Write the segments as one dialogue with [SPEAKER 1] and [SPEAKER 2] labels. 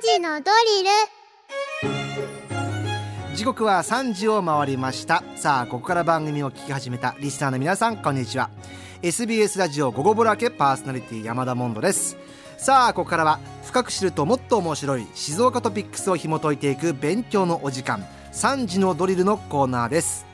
[SPEAKER 1] 時のドリル
[SPEAKER 2] 時刻は3時を回りましたさあここから番組を聞き始めたリスナーの皆さんこんにちは SBS ラジオ「午後ぼらけ」パーソナリティ山田モンドですさあここからは深く知るともっと面白い静岡トピックスを紐解いていく勉強のお時間3時のドリルのコーナーです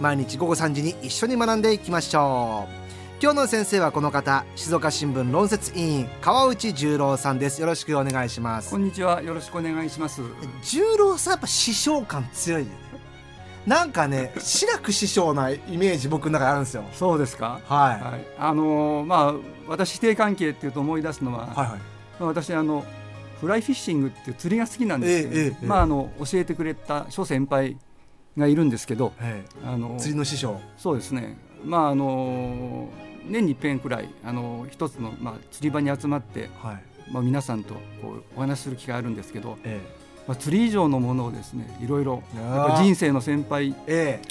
[SPEAKER 2] 毎日午後3時に一緒に学んでいきましょう今日の先生はこの方静岡新聞論説委員川内十郎さんですよろしくお願いします
[SPEAKER 3] こんにちは。よろしくお願いします。
[SPEAKER 2] 十郎さんやっぱ師匠感強いよねなんかね志らく師匠なイメージ僕の中にあるんですよ
[SPEAKER 3] そうですか。
[SPEAKER 2] はい、
[SPEAKER 3] はい。あのーまあ私師弟関係っていうと思い出すの
[SPEAKER 2] は
[SPEAKER 3] は、
[SPEAKER 2] いはい
[SPEAKER 3] まあ私あのフライフィッシングっていう釣りが好きなんですけど、
[SPEAKER 2] ええええ
[SPEAKER 3] まああの教えてくれた諸先輩がいるんですけど、
[SPEAKER 2] え
[SPEAKER 3] あの
[SPEAKER 2] え釣りの師匠
[SPEAKER 3] そうですね。まああのー年に一遍くらいあのー一つのまあ釣り場に集まって、
[SPEAKER 2] はい
[SPEAKER 3] まあ皆さんとこうお話しする機会あるんですけど、
[SPEAKER 2] え
[SPEAKER 3] まあ釣り以上のものをですね、いろいろ
[SPEAKER 2] いやー
[SPEAKER 3] やっぱ人生の先輩
[SPEAKER 2] え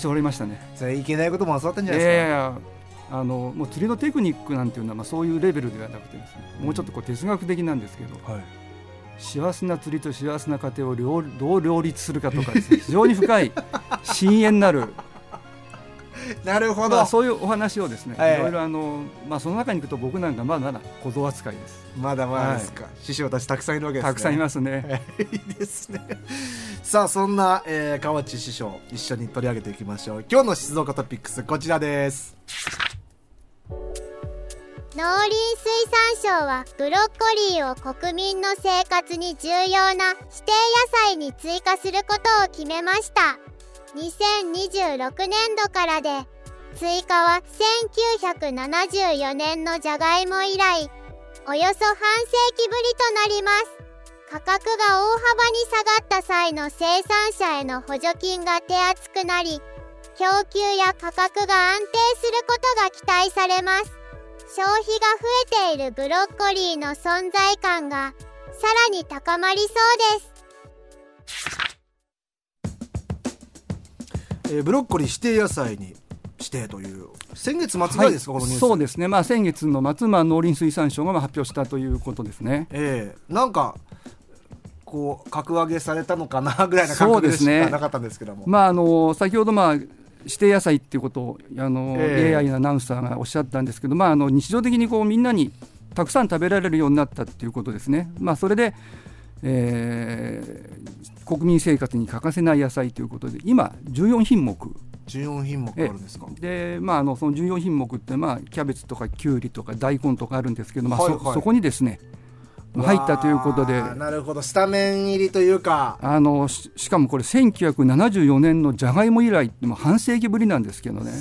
[SPEAKER 3] 教わりましたね。
[SPEAKER 2] えそれいけないことも教わったんじゃない
[SPEAKER 3] いやいやい
[SPEAKER 2] で
[SPEAKER 3] やあのもう釣りのテクニックなんていうのは、まあ、そういうレベルではなくてですねもうちょっとこう哲学的なんですけど
[SPEAKER 2] すか、はい
[SPEAKER 3] 幸せな釣りと幸せな家庭を両どう両立するかとかですね 非常に深い深淵なる、
[SPEAKER 2] なるほど、
[SPEAKER 3] まあ、そういうお話をですね、
[SPEAKER 2] はい
[SPEAKER 3] い、ろいろあの、まあ、その中に行くと僕なんかまだまだ小僧扱いです
[SPEAKER 2] まだまだですか、師匠たちたくさんいるわけですね
[SPEAKER 3] たくさんい
[SPEAKER 2] す
[SPEAKER 3] ますね。
[SPEAKER 2] いいですねさあそんな、えー、川内師匠一緒に取り上げていきましょう今日の静岡トピックスこちらです
[SPEAKER 1] 農林水産省はブロッコリーを国民の生活に重要な指定野菜に追加することを決めました2026年度からで追加は1974年のじゃがいも以来およそ半世紀ぶりとなります価格が大幅に下がった際の生産者への補助金が手厚くなり供給や価格が安定することが期待されます消費が増えているブロッコリーの存在感がさらに高まりそうです
[SPEAKER 2] えーブロッコリー指定野菜に指定という先月末ぐらいですか、
[SPEAKER 3] はい
[SPEAKER 2] このニュース
[SPEAKER 3] そうですね、まあ、先月の末、まあ、農林水産省がまあ発表したということですね。
[SPEAKER 2] ええなんかこう格上げされたのかなぐらいな感
[SPEAKER 3] そう
[SPEAKER 2] 覚
[SPEAKER 3] で
[SPEAKER 2] ですし
[SPEAKER 3] ね
[SPEAKER 2] かなかったんですけども、
[SPEAKER 3] まあ、あの先ほど、まあ、指定野菜っていうことをあの、
[SPEAKER 2] ええ
[SPEAKER 3] AI のアナウンサーがおっしゃったんですけど、まあ、あの日常的にこうみんなにたくさん食べられるようになったっていうことですね、まあ、それで、えー国民生活に欠かせない野菜ということで今、14品目。
[SPEAKER 2] 14品目あるんですか、
[SPEAKER 3] でまあ、あのその14品目って、まあ、キャベツとかきゅうりとか大根とかあるんですけど、まあ
[SPEAKER 2] はい
[SPEAKER 3] そ
[SPEAKER 2] はい
[SPEAKER 3] そこにですねまあ入ったということで
[SPEAKER 2] わあなるほどスタメン入りというか
[SPEAKER 3] あのししかもこれ1974年のじゃがいも以来もう半世紀ぶりなんですけどね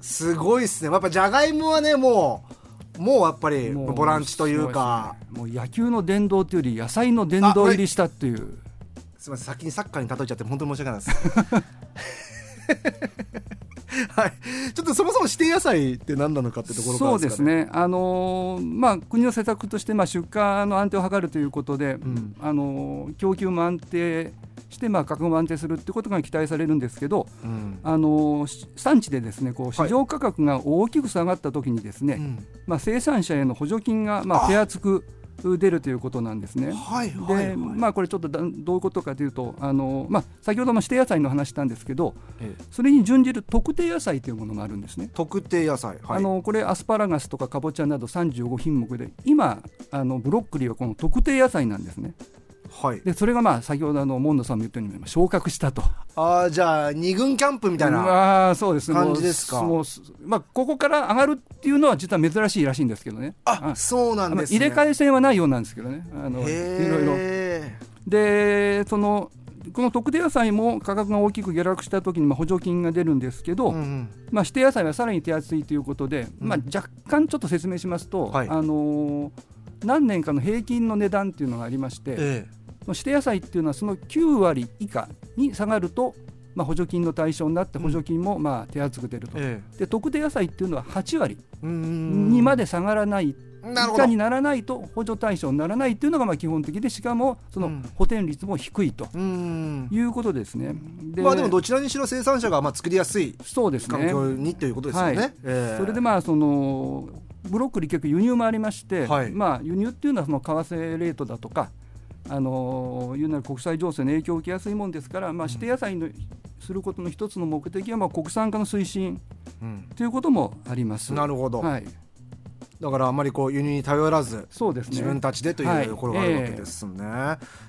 [SPEAKER 2] すごいですねやっぱじゃがいもはねもうもうやっぱり
[SPEAKER 3] もう
[SPEAKER 2] ボランチというか
[SPEAKER 3] そうですねもう野球の殿堂というより野菜の殿堂入りしたっていう
[SPEAKER 2] すみません先にサッカーに例えちゃって本当に申し訳ないです はいちょっとそもそも指定野菜って何なのかってところから
[SPEAKER 3] そうですねあのーまあ国の施策としてまあ出荷の安定を図るということで、
[SPEAKER 2] ん
[SPEAKER 3] あのー供給も安定してまあ価格も安定するってことが期待されるんですけど、
[SPEAKER 2] うん
[SPEAKER 3] あのーし産地でですねこう市場価格が大きく下がった時にですね、
[SPEAKER 2] うん
[SPEAKER 3] まあ生産者への補助金がまあ手厚く出るということなんですね。
[SPEAKER 2] はい
[SPEAKER 3] で、
[SPEAKER 2] はいはい
[SPEAKER 3] まあ、これちょっとだどういうことかというとあの、まあ、先ほども指定野菜の話したんですけど
[SPEAKER 2] ええ
[SPEAKER 3] それに準じる特定野菜というものがあるんですね。
[SPEAKER 2] 特定野菜はい
[SPEAKER 3] あのこれアスパラガスとかかぼちゃなど35品目で今あのブロッコリーはこの特定野菜なんですね
[SPEAKER 2] はい
[SPEAKER 3] でそれがまあ先ほどあのモンドさんも言ったようにまあ昇格したと
[SPEAKER 2] ああじゃあ二軍キャンプみたいな
[SPEAKER 3] ああそうですね
[SPEAKER 2] 感じですか
[SPEAKER 3] もうすまあ、ここから上がるっていうのは実は珍しいらしいんですけどね
[SPEAKER 2] あそうなん
[SPEAKER 3] まあ
[SPEAKER 2] です
[SPEAKER 3] 入
[SPEAKER 2] ね
[SPEAKER 3] れ替え戦はないようなんですけどねあのいろいろ
[SPEAKER 2] へ
[SPEAKER 3] でそのこの特定野菜も価格が大きく下落した時にまあ補助金が出るんですけど、
[SPEAKER 2] ーうん
[SPEAKER 3] まあ、指定野菜はさらに手厚いということで、
[SPEAKER 2] うん
[SPEAKER 3] まあ、若干ちょっと説明しますと、
[SPEAKER 2] はい
[SPEAKER 3] あのー何年かの平均の値段っていうのがありまして、
[SPEAKER 2] え
[SPEAKER 3] その指定野菜っていうのはその9割以下に下がると、まあ、補助金の対象になって補助金もまあ手厚く出ると、
[SPEAKER 2] え
[SPEAKER 3] で特定野菜っていうのは8割
[SPEAKER 2] うん
[SPEAKER 3] にまで下がらない、以
[SPEAKER 2] なるほど
[SPEAKER 3] 下にならないと補助対象にならないっていうのがまあ基本的でしかもその
[SPEAKER 2] うん
[SPEAKER 3] 補填率も低いと
[SPEAKER 2] うん
[SPEAKER 3] いうことですね。で
[SPEAKER 2] まあでもどちらにしろ生産者がまあ作りやすい
[SPEAKER 3] そうですね
[SPEAKER 2] 環境にということですよね
[SPEAKER 3] はい
[SPEAKER 2] ええ
[SPEAKER 3] それでまあそのブロッコリー結構輸入もありまして、
[SPEAKER 2] はい
[SPEAKER 3] まあ、輸入っていうのはその為替レートだとか、あのいうなら国際情勢の影響を受けやすいもんですから、まあ、指定野菜のすることの一つの目的はまあ国産化の推進
[SPEAKER 2] うん、
[SPEAKER 3] ということもあります。
[SPEAKER 2] なるほど、
[SPEAKER 3] はい、
[SPEAKER 2] だからあまりこう輸入に頼らず
[SPEAKER 3] そうですね
[SPEAKER 2] 自分たちでというところがあるわけですね、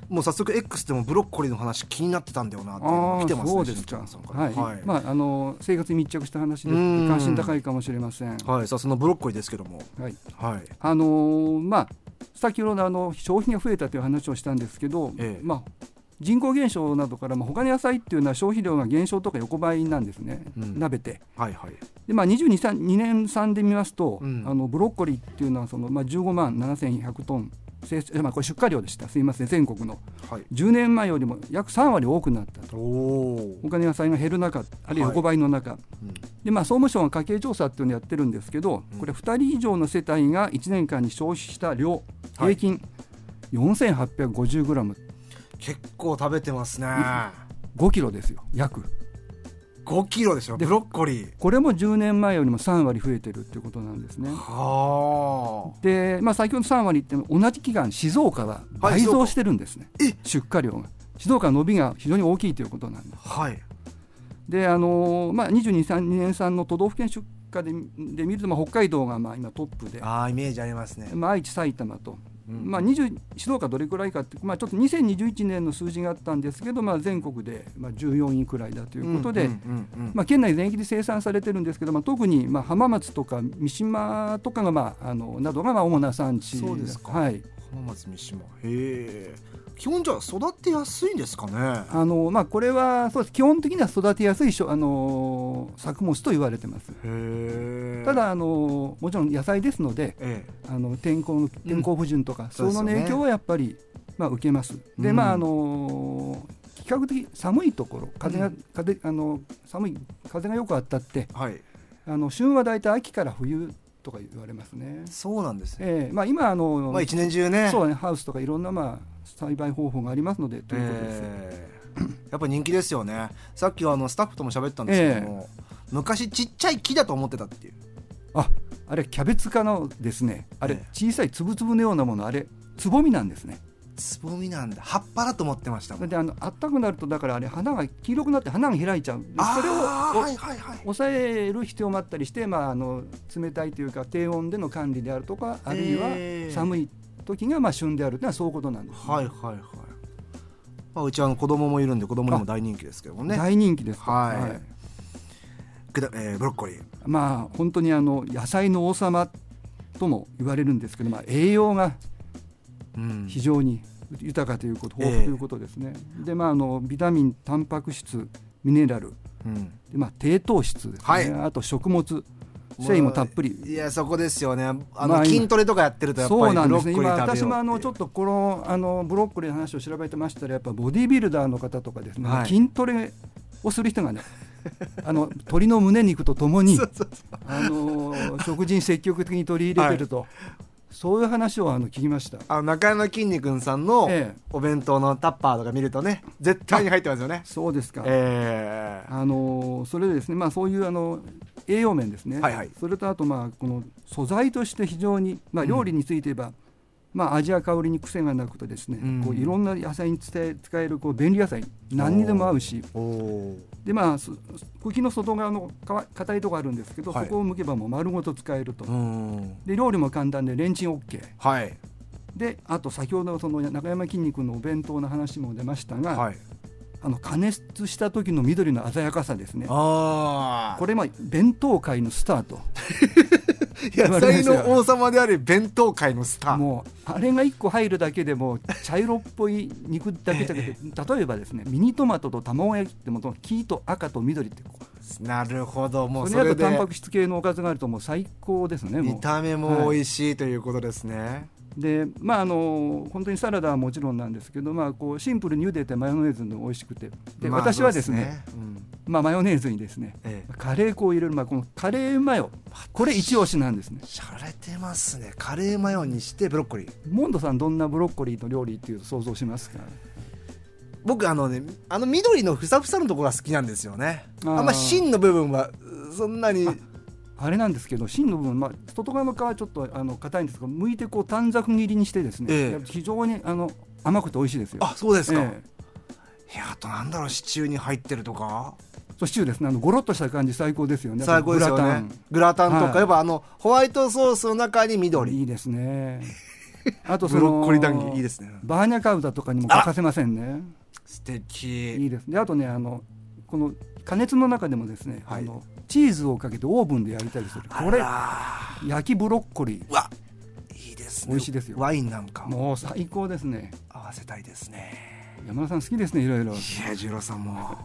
[SPEAKER 2] もう早速 X でもブロッコリーの話気になってたんだよなっていうのが
[SPEAKER 3] あ
[SPEAKER 2] 来
[SPEAKER 3] あ
[SPEAKER 2] てますね
[SPEAKER 3] そうです
[SPEAKER 2] しんちゃ
[SPEAKER 3] か
[SPEAKER 2] んさん。から
[SPEAKER 3] はい、まああの生活に密着した話です
[SPEAKER 2] うん
[SPEAKER 3] 関心高いかもしれません。
[SPEAKER 2] はい、さあそのブロッコリーですけども
[SPEAKER 3] はい。
[SPEAKER 2] はい
[SPEAKER 3] あのーまあ先ほどのあの消費が増えたという話をしたんですけど、
[SPEAKER 2] ええ
[SPEAKER 3] まあ人口減少などから、まあ、他の野菜っていうのは消費量が減少とか横ばいなんですね、
[SPEAKER 2] うん
[SPEAKER 3] 鍋て
[SPEAKER 2] はいはい
[SPEAKER 3] で、まあ、22 3 2年3で見ますと、
[SPEAKER 2] うん
[SPEAKER 3] あのブロッコリーっていうのはその、まあ、15万7100トン生産まあ、これ出荷量でしたすいません全国の
[SPEAKER 2] はい
[SPEAKER 3] 10年前よりも約3割多くなったと
[SPEAKER 2] おお
[SPEAKER 3] 他の野菜が減る中あるいは横ばいの中、でまあ、総務省が家計調査っていうのをやってるんですけど、
[SPEAKER 2] うん
[SPEAKER 3] これ2人以上の世帯が1年間に消費した量
[SPEAKER 2] はい
[SPEAKER 3] 平均 4850g5
[SPEAKER 2] 結構食べてますね
[SPEAKER 3] キロですよ約
[SPEAKER 2] 5キロでしょ
[SPEAKER 3] で
[SPEAKER 2] ブロッコリー
[SPEAKER 3] これも10年前よりも3割増えてるっていうことなんですね
[SPEAKER 2] はあ
[SPEAKER 3] で、まあ、先ほど3割って同じ期間静岡は倍
[SPEAKER 2] 静
[SPEAKER 3] 増
[SPEAKER 2] 岡
[SPEAKER 3] してるんですね、
[SPEAKER 2] え
[SPEAKER 3] 出荷量が静岡の伸びが非常に大きいということなんです
[SPEAKER 2] はい
[SPEAKER 3] で、あのーまあ、22、3年産の都道府県出荷でで見ると、まあ、北海道がまあ今トップで、
[SPEAKER 2] ああイメージありますね、
[SPEAKER 3] まあ、愛知、埼玉と、
[SPEAKER 2] うん
[SPEAKER 3] まあ、20指導がどれくらいかって、まあ、ちょっと2021年の数字があったんですけど、まあ、全国でまあ14位くらいだということで、
[SPEAKER 2] んうんうんうん
[SPEAKER 3] まあ、県内全域で生産されてるんですけど、まあ、特にまあ浜松とか三島とかが、まあ、あのなどがまあ主な産地
[SPEAKER 2] そうですか
[SPEAKER 3] はい
[SPEAKER 2] 浜松三島へえ基本じゃあ育てやすいんですかね
[SPEAKER 3] あのまあ、これはそうです基本的には育てやすいしょ、あのー作物と言われてます。
[SPEAKER 2] へえ
[SPEAKER 3] ただ、あのーもちろん野菜ですので、
[SPEAKER 2] え
[SPEAKER 3] あの天候の天候不順とか、
[SPEAKER 2] そうで
[SPEAKER 3] そ
[SPEAKER 2] すよ
[SPEAKER 3] の
[SPEAKER 2] ね
[SPEAKER 3] 影響はやっぱり、まあ、受けます。で、
[SPEAKER 2] うん
[SPEAKER 3] まああのー比較的寒いところ風が、
[SPEAKER 2] うん
[SPEAKER 3] 風あの寒い風がよく当たって
[SPEAKER 2] えはい
[SPEAKER 3] あの旬は大体秋から冬とか言われますね。
[SPEAKER 2] そうなんですね
[SPEAKER 3] ええまあ、今あの、
[SPEAKER 2] まあ一年中ね
[SPEAKER 3] そううねハウスとかいろんな、まあ、栽培方法がありますのでということです。
[SPEAKER 2] やっぱ人気ですよねさっきはあのスタッフとも喋ったんですけども、昔ちっちゃい木だと思ってたっていう
[SPEAKER 3] ああれキャベツ科のですねあれ、
[SPEAKER 2] ええ
[SPEAKER 3] 小さい粒々のようなものあれつぼみなんですね。
[SPEAKER 2] つぼみなんだ葉っぱだと思ってましたもん
[SPEAKER 3] であの暖かくなるとだからあれ花が黄色くなって花が開いちゃう。でそれを
[SPEAKER 2] あー
[SPEAKER 3] お
[SPEAKER 2] はいはいはい
[SPEAKER 3] 抑える必要もあったりして、まあ、あの冷たいというか低温での管理であるとかあるい
[SPEAKER 2] え
[SPEAKER 3] は
[SPEAKER 2] ー
[SPEAKER 3] 寒い時がまあ旬であるというのはそういうことなんです、
[SPEAKER 2] はいはいはいまあうちはあの子供もいるんで子供にも大人気ですけどもね
[SPEAKER 3] 大人気ですか
[SPEAKER 2] はいくだえーブロッコリー
[SPEAKER 3] まあ本当にあの野菜の王様とも言われるんですけど、まあ、栄養が
[SPEAKER 2] うん
[SPEAKER 3] 非常に豊かということ
[SPEAKER 2] ええ
[SPEAKER 3] 豊富ということですね、でまああのビタミンタンパク質ミネラル
[SPEAKER 2] うん
[SPEAKER 3] で、まあ、低糖質ですね、
[SPEAKER 2] はい
[SPEAKER 3] あと食物繊維もたっぷり
[SPEAKER 2] いやそこですよねあ
[SPEAKER 3] ま
[SPEAKER 2] の
[SPEAKER 3] あ
[SPEAKER 2] 筋トレとかやってるとやっぱ
[SPEAKER 3] そう
[SPEAKER 2] り
[SPEAKER 3] な
[SPEAKER 2] ブ
[SPEAKER 3] ん
[SPEAKER 2] ロ
[SPEAKER 3] で
[SPEAKER 2] ッコ
[SPEAKER 3] すね
[SPEAKER 2] リー食べよう
[SPEAKER 3] 今私もあの
[SPEAKER 2] って
[SPEAKER 3] ち
[SPEAKER 2] い
[SPEAKER 3] ょ
[SPEAKER 2] う
[SPEAKER 3] っとこのあのブロッコリーの話を調べてましたらやっぱボディービルダーの方とかですね、
[SPEAKER 2] はい
[SPEAKER 3] 筋トレをする人がねあの 鶏の胸肉とと もにあの食事に積極的に取り入れてると、そういう話をあの聞きました。
[SPEAKER 2] あの中山きんに君さんの
[SPEAKER 3] ええ
[SPEAKER 2] お弁当のタッパーとか見るとね絶対に入ってますよね
[SPEAKER 3] そうですか、
[SPEAKER 2] ええ
[SPEAKER 3] あのそれでですね、まあ、そういうあの栄養面ですね、
[SPEAKER 2] はいはい
[SPEAKER 3] それとあと、まあ、この素材として非常に、まあ、料理について言えば、まあ、味や香りに癖がなくてですね、
[SPEAKER 2] うん
[SPEAKER 3] こういろんな野菜に使え使えるこう便利野菜何にでも合うし
[SPEAKER 2] おお
[SPEAKER 3] で、まあ、そ茎の外側の皮硬いとこあるんですけど、
[SPEAKER 2] はい
[SPEAKER 3] そこを剥けばもう丸ごと使えると、
[SPEAKER 2] うん
[SPEAKER 3] で料理も簡単でレンチン OK
[SPEAKER 2] はい
[SPEAKER 3] であと先ほどその中山きんに君のお弁当の話も出ましたが、
[SPEAKER 2] はい
[SPEAKER 3] あの加熱した時の緑の鮮やかさですね
[SPEAKER 2] ああ
[SPEAKER 3] これ今弁当界のスタート
[SPEAKER 2] 野菜の王様であり弁当界のスター
[SPEAKER 3] もうあれが1個入るだけでもう茶色っぽい肉だけじゃなくて例えばですねミニトマトと卵焼きってもう黄と赤と緑ってこう
[SPEAKER 2] なるほどもう
[SPEAKER 3] そ
[SPEAKER 2] そ
[SPEAKER 3] れ
[SPEAKER 2] れ
[SPEAKER 3] だとタン
[SPEAKER 2] で
[SPEAKER 3] パク質系のおかずがあるともう最高ですねも
[SPEAKER 2] 見
[SPEAKER 3] う
[SPEAKER 2] た目も美味しいということですね、
[SPEAKER 3] でまああの本当にサラダはもちろんなんですけど、まあ、こうシンプルに茹でてマヨネーズの美味しくてで、
[SPEAKER 2] まあ
[SPEAKER 3] 私はですね、
[SPEAKER 2] そううん
[SPEAKER 3] まあ、マヨネーズにですね
[SPEAKER 2] ええ
[SPEAKER 3] カレー粉を入れる、まあ、このカレーマヨこれ一押しなんですね
[SPEAKER 2] 洒落てますねカレーマヨにしてブロッコリー
[SPEAKER 3] モンドさんどんなブロッコリーの料理っていうと想像しますか
[SPEAKER 2] 僕あのねあの緑のふさふさのところが好きなんですよね
[SPEAKER 3] あー
[SPEAKER 2] あんま芯の部分はうそんなに
[SPEAKER 3] あれなんですけど芯の部分、まあ、外側の皮はちょっとあの硬いんですが剥いてこう短冊切りにしてですね、
[SPEAKER 2] ええ
[SPEAKER 3] 非常にあの甘くて美味しいですよ。
[SPEAKER 2] あそうですか、
[SPEAKER 3] ええ
[SPEAKER 2] いやあとなんだろうシチューに入ってるとか
[SPEAKER 3] そうシチューですねあのゴロッとした感じ最高ですよね
[SPEAKER 2] 最高ですよ
[SPEAKER 3] グラタ
[SPEAKER 2] ね
[SPEAKER 3] ン
[SPEAKER 2] グラタンと
[SPEAKER 3] は
[SPEAKER 2] か
[SPEAKER 3] い
[SPEAKER 2] やっぱあのホワイトソースの中に緑
[SPEAKER 3] いいです ねあとそ
[SPEAKER 2] ブ
[SPEAKER 3] の
[SPEAKER 2] ロッコリー談義いいですね
[SPEAKER 3] バーニャカウダとかにも欠かせませんね
[SPEAKER 2] 素敵
[SPEAKER 3] いいですねあとねあのこの加熱の中でもですね、
[SPEAKER 2] はい
[SPEAKER 3] あのチーズをかけてオーブンで焼いたりするこ
[SPEAKER 2] あ
[SPEAKER 3] れ
[SPEAKER 2] ら
[SPEAKER 3] 焼きブロッコリ
[SPEAKER 2] うわいいですね
[SPEAKER 3] 美味しいですよ
[SPEAKER 2] ワインなんか
[SPEAKER 3] ー
[SPEAKER 2] も
[SPEAKER 3] もう最高ですね
[SPEAKER 2] 合わせたいですね
[SPEAKER 3] 山田さん好きですねいろいろ
[SPEAKER 2] いや十郎さんも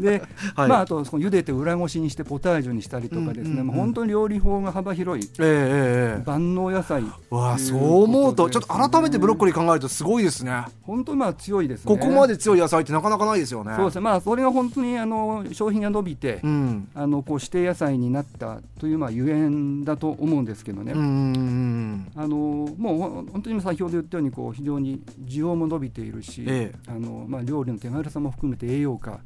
[SPEAKER 3] で、
[SPEAKER 2] はい
[SPEAKER 3] まああとその茹でて裏ごしにしてポタージュにしたりとかですね、
[SPEAKER 2] うんうんうん
[SPEAKER 3] もう本当に料理法が幅広い
[SPEAKER 2] えええええ
[SPEAKER 3] 万能野菜
[SPEAKER 2] えわあそう思うとちょっと改めてブロッコ
[SPEAKER 3] リー
[SPEAKER 2] リー考えるとすごいですね
[SPEAKER 3] 本当にまあ強いですね
[SPEAKER 2] ここまで強い野菜ってなかなかないですよね
[SPEAKER 3] そうですねまあそれが本当にあの商品が伸びて、
[SPEAKER 2] うん
[SPEAKER 3] あのこう指定野菜になったというまあゆえんだと思うんですけどね、
[SPEAKER 2] うんうんうんうん
[SPEAKER 3] あのもうほん本当に先ほど言ったようにこう非常に需要も伸びているし、
[SPEAKER 2] ええ
[SPEAKER 3] あのまあ、料理の手軽さも含めて栄養価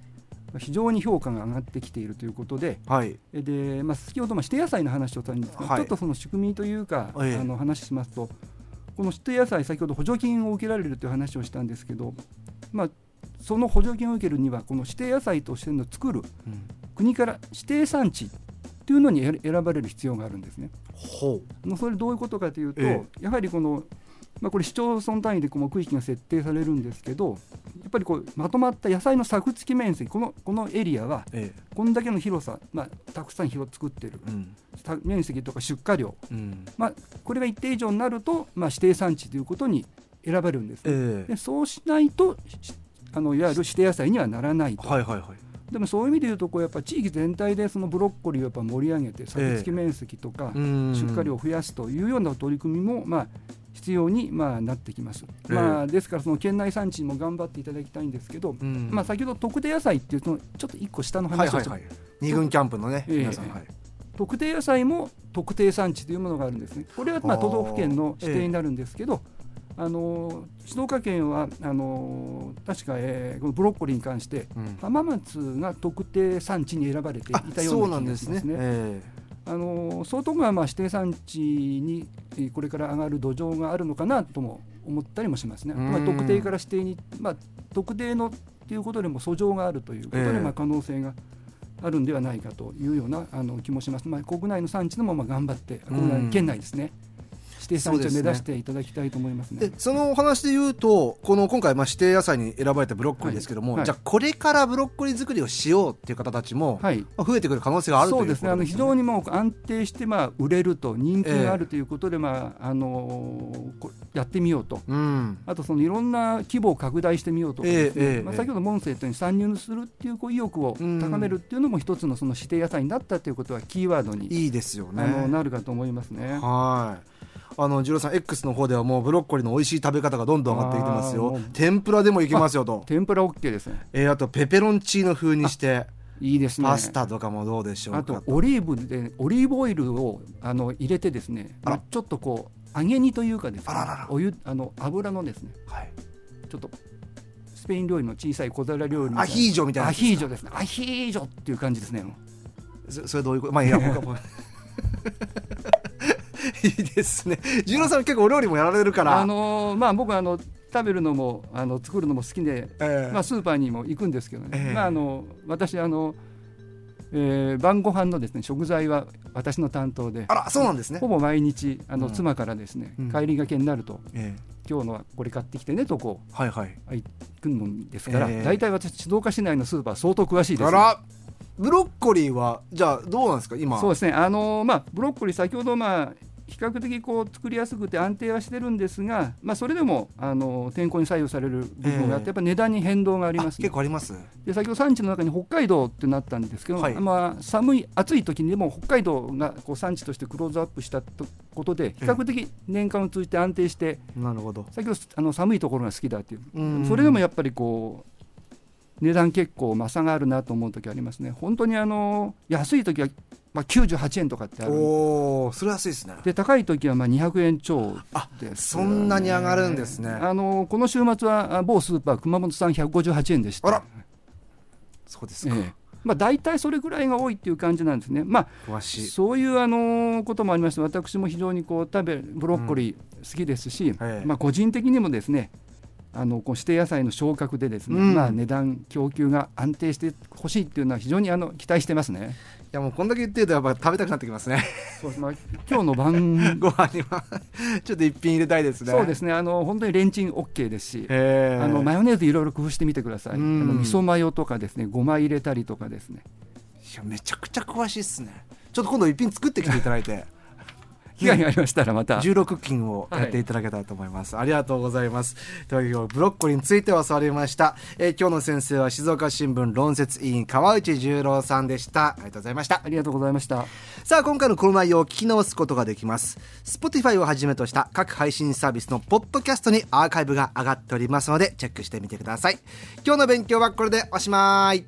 [SPEAKER 3] 非常に評価が上がってきているということで
[SPEAKER 2] はい
[SPEAKER 3] えで、まあ、先ほどまあ指定野菜の話をしたんですけど、
[SPEAKER 2] はい
[SPEAKER 3] ちょっとその仕組みというか、
[SPEAKER 2] ええ
[SPEAKER 3] あの話しますとこの指定野菜先ほど補助金を受けられるという話をしたんですけど、まあ、その補助金を受けるにはこの指定野菜としての作る国から指定産地というのに選選ばれる必要があるんですね。
[SPEAKER 2] ほう
[SPEAKER 3] もうそれどういうことかというと、
[SPEAKER 2] え
[SPEAKER 3] やはりこの、まあ、これ市町村単位でこの区域が設定されるんですけどやっぱりこうまとまった野菜の作付き面積このこのエリアは
[SPEAKER 2] え
[SPEAKER 3] こんだけの広さ、まあ、たくさん広作ってる
[SPEAKER 2] えうん
[SPEAKER 3] た面積とか出荷量、
[SPEAKER 2] うん
[SPEAKER 3] まあ、これが一定以上になると、まあ、指定産地ということに選ばれるんですね、
[SPEAKER 2] ええ
[SPEAKER 3] でそうしないとしあのいわゆる指定野菜にはならないと。
[SPEAKER 2] はいはいはい
[SPEAKER 3] でもそういう意味でいうとこうやっぱ地域全体でそのブロッコリーをやっぱ盛り上げて作付き面積とか
[SPEAKER 2] うん
[SPEAKER 3] 出荷量を増やすというような取り組みもまあ必要にまあなってきます、
[SPEAKER 2] ええ
[SPEAKER 3] まあ、ですからその県内産地も頑張っていただきたいんですけど、
[SPEAKER 2] うん
[SPEAKER 3] まあ、先ほど特定野菜っていうそのちょっと一個下の
[SPEAKER 2] はい
[SPEAKER 3] 話を
[SPEAKER 2] はい
[SPEAKER 3] した、
[SPEAKER 2] はい二軍キャンプのね
[SPEAKER 3] ええ
[SPEAKER 2] 皆さんはい
[SPEAKER 3] 特定野菜も特定産地というものがあるんですねこれはまあ
[SPEAKER 2] あー
[SPEAKER 3] 都道府県の指定になるんですけど、あの静岡県はあの確か、えーこのブロッコリーに関して
[SPEAKER 2] うん
[SPEAKER 3] 浜松が特定産地に選ばれてい
[SPEAKER 2] あ
[SPEAKER 3] たよ
[SPEAKER 2] そううな
[SPEAKER 3] なん気
[SPEAKER 2] で
[SPEAKER 3] が
[SPEAKER 2] す
[SPEAKER 3] し
[SPEAKER 2] ね
[SPEAKER 3] ますね。
[SPEAKER 2] え
[SPEAKER 3] あの相当がまあ指定産地にえーこれから上がる土壌があるのかなとも思ったりもしますね。
[SPEAKER 2] うん
[SPEAKER 3] まあ、特定から指定に、まあ、特定のっていうことでも訴状があるということで、
[SPEAKER 2] ええ
[SPEAKER 3] まあ、可能性があるんではないかというようなあの気もします。まあ、国内の産地でもまあ頑張って
[SPEAKER 2] うん
[SPEAKER 3] 国内県内ですね指定産地
[SPEAKER 2] そうで
[SPEAKER 3] を
[SPEAKER 2] す
[SPEAKER 3] 目
[SPEAKER 2] ね
[SPEAKER 3] 指していただきたいと思います
[SPEAKER 2] え
[SPEAKER 3] ね。
[SPEAKER 2] でそのお話で言うとこの今回まあ指定野菜に選ばれたブロッコリーですけども、
[SPEAKER 3] はいはい
[SPEAKER 2] じゃあこれからブロッコリー作りをしようっていう方たちも、
[SPEAKER 3] はい
[SPEAKER 2] まあ増えてくる可能性があるという
[SPEAKER 3] そ
[SPEAKER 2] こ
[SPEAKER 3] う
[SPEAKER 2] と
[SPEAKER 3] ですねあの非常
[SPEAKER 2] に
[SPEAKER 3] にもう安定してまあ売れると人気
[SPEAKER 2] ええ
[SPEAKER 3] があるということで、まああのこやってみようと
[SPEAKER 2] うん
[SPEAKER 3] あとそのいろんな規模を拡大してみようとかですね
[SPEAKER 2] ええええ
[SPEAKER 3] まあ、先ほどモンセットに参入するっていうこう意欲を
[SPEAKER 2] うん
[SPEAKER 3] 高めるっていうのも一つのその指定野菜になったということはキーワードに、
[SPEAKER 2] いいですよね
[SPEAKER 3] あのなるかと思いますね。
[SPEAKER 2] はいあの十郎さん X の方ではもうブロッコリーの美味しい食べ方がどんどん上がってきてます
[SPEAKER 3] あー
[SPEAKER 2] よ
[SPEAKER 3] もう
[SPEAKER 2] 天ぷらでもいけますよと
[SPEAKER 3] 天ぷら OK ですね。
[SPEAKER 2] えーあとペペロンチーノ風にして
[SPEAKER 3] いいですね。
[SPEAKER 2] パスタとかもどうでしょうか
[SPEAKER 3] あとオリーブでオリーブオイルをあの入れてですね、
[SPEAKER 2] あら
[SPEAKER 3] まあ、ちょっとこう揚げ煮というかですね
[SPEAKER 2] あららら
[SPEAKER 3] お湯あの油のですね
[SPEAKER 2] はい、
[SPEAKER 3] ちょっとスペイン料理の小さい小皿料理みたいな
[SPEAKER 2] アヒージョみたいな
[SPEAKER 3] ア
[SPEAKER 2] やつですか
[SPEAKER 3] ヒージョですねアヒージョっていう感じですね。
[SPEAKER 2] そそれどういうことまあい や僕はもう いいですね十郎さん結構お料理もやられるから
[SPEAKER 3] あのーまあ僕はあの食べるのもあの作るのも好きで、
[SPEAKER 2] ええ
[SPEAKER 3] まあスーパーにも行くんですけどね。
[SPEAKER 2] ええ
[SPEAKER 3] まああの私あの、えー晩ご飯のですね食材は私の担当で
[SPEAKER 2] あ。らそうなんですね
[SPEAKER 3] ほぼ毎日あの、
[SPEAKER 2] うん
[SPEAKER 3] 妻からですね、
[SPEAKER 2] うん
[SPEAKER 3] 帰りがけになると
[SPEAKER 2] ええ
[SPEAKER 3] 今日のはこれ買ってきてねとこ
[SPEAKER 2] はいはいう
[SPEAKER 3] 行くもんですから、
[SPEAKER 2] ええ
[SPEAKER 3] 大体私静岡市内のスーパー相当詳しいです
[SPEAKER 2] あ
[SPEAKER 3] ね、
[SPEAKER 2] らブロッコリーはじゃあどうなんですか今
[SPEAKER 3] そうですねあのーまあブロッコリー先ほどまあ比較的こう作りやすくて安定はしてるんですが、まあ、それでもあのー天候に左右される部分があっ
[SPEAKER 2] ええ
[SPEAKER 3] て、やっぱ値段に変動があり
[SPEAKER 2] あ
[SPEAKER 3] ますね
[SPEAKER 2] 結構あります
[SPEAKER 3] で先ほど産地の中に北海道ってなったんですけど、
[SPEAKER 2] はい
[SPEAKER 3] まあ、寒い暑い時にでも北海道がこう産地としてクローズアップしたとことで比較的年間を通じて安定して、
[SPEAKER 2] なるほど
[SPEAKER 3] 先ほどあの寒いところが好きだっていう、
[SPEAKER 2] うん
[SPEAKER 3] それでもやっぱりこう値段結構まあ差があるなと思う時ありますね本当にあの安い時は、まあ、98円とかってある
[SPEAKER 2] おおそれ安いですね
[SPEAKER 3] で高い時はまあ200円超ですよね
[SPEAKER 2] そんなに上がるんですね
[SPEAKER 3] あのこの週末はあ某スーパー熊本産158円でした
[SPEAKER 2] あらそうですか、
[SPEAKER 3] ええまあ、大体それぐらいが多いっていう感じなんですね。まあ、
[SPEAKER 2] 詳しい。
[SPEAKER 3] そういうあのこともありまして私も非常にこう食べブロッコリー好きですし、
[SPEAKER 2] ええ
[SPEAKER 3] まあ、個人的にもですねあのこう指定野菜の昇格でですね、
[SPEAKER 2] うん
[SPEAKER 3] まあ、値段供給が安定してほしいっていうのは非常にあの期待してますね。
[SPEAKER 2] いやもうこんだけ言ってるとやっぱ食べたくなってきますね。
[SPEAKER 3] そうですまあ、今日の晩
[SPEAKER 2] ご飯にはちょっと一品入れたいですね。。
[SPEAKER 3] そうですすねあの本当にレンチン OK ですし、
[SPEAKER 2] ええ
[SPEAKER 3] あのマヨネーズいろいろ工夫してみてください、
[SPEAKER 2] うん
[SPEAKER 3] あの味噌マヨとかですねごま入れたりとかですね
[SPEAKER 2] いやめちゃくちゃ詳しいっすね。ちょっと今度一品作ってきていただいて。
[SPEAKER 3] 被害がありましたらまた
[SPEAKER 2] 16クッキングをやっていただけたらと思います、ありがとうございますというわけでブロッコリーについて教わりました、えー今日の先生は静岡新聞論説委員川内十郎さんでしたありがとうございました
[SPEAKER 3] ありがとうございました。
[SPEAKER 2] さあ今回のこの内容を聞き直すことができます Spotify をはじめとした各配信サービスのポッドキャストにアーカイブが上がっておりますのでチェックしてみてください今日の勉強はこれでおしまい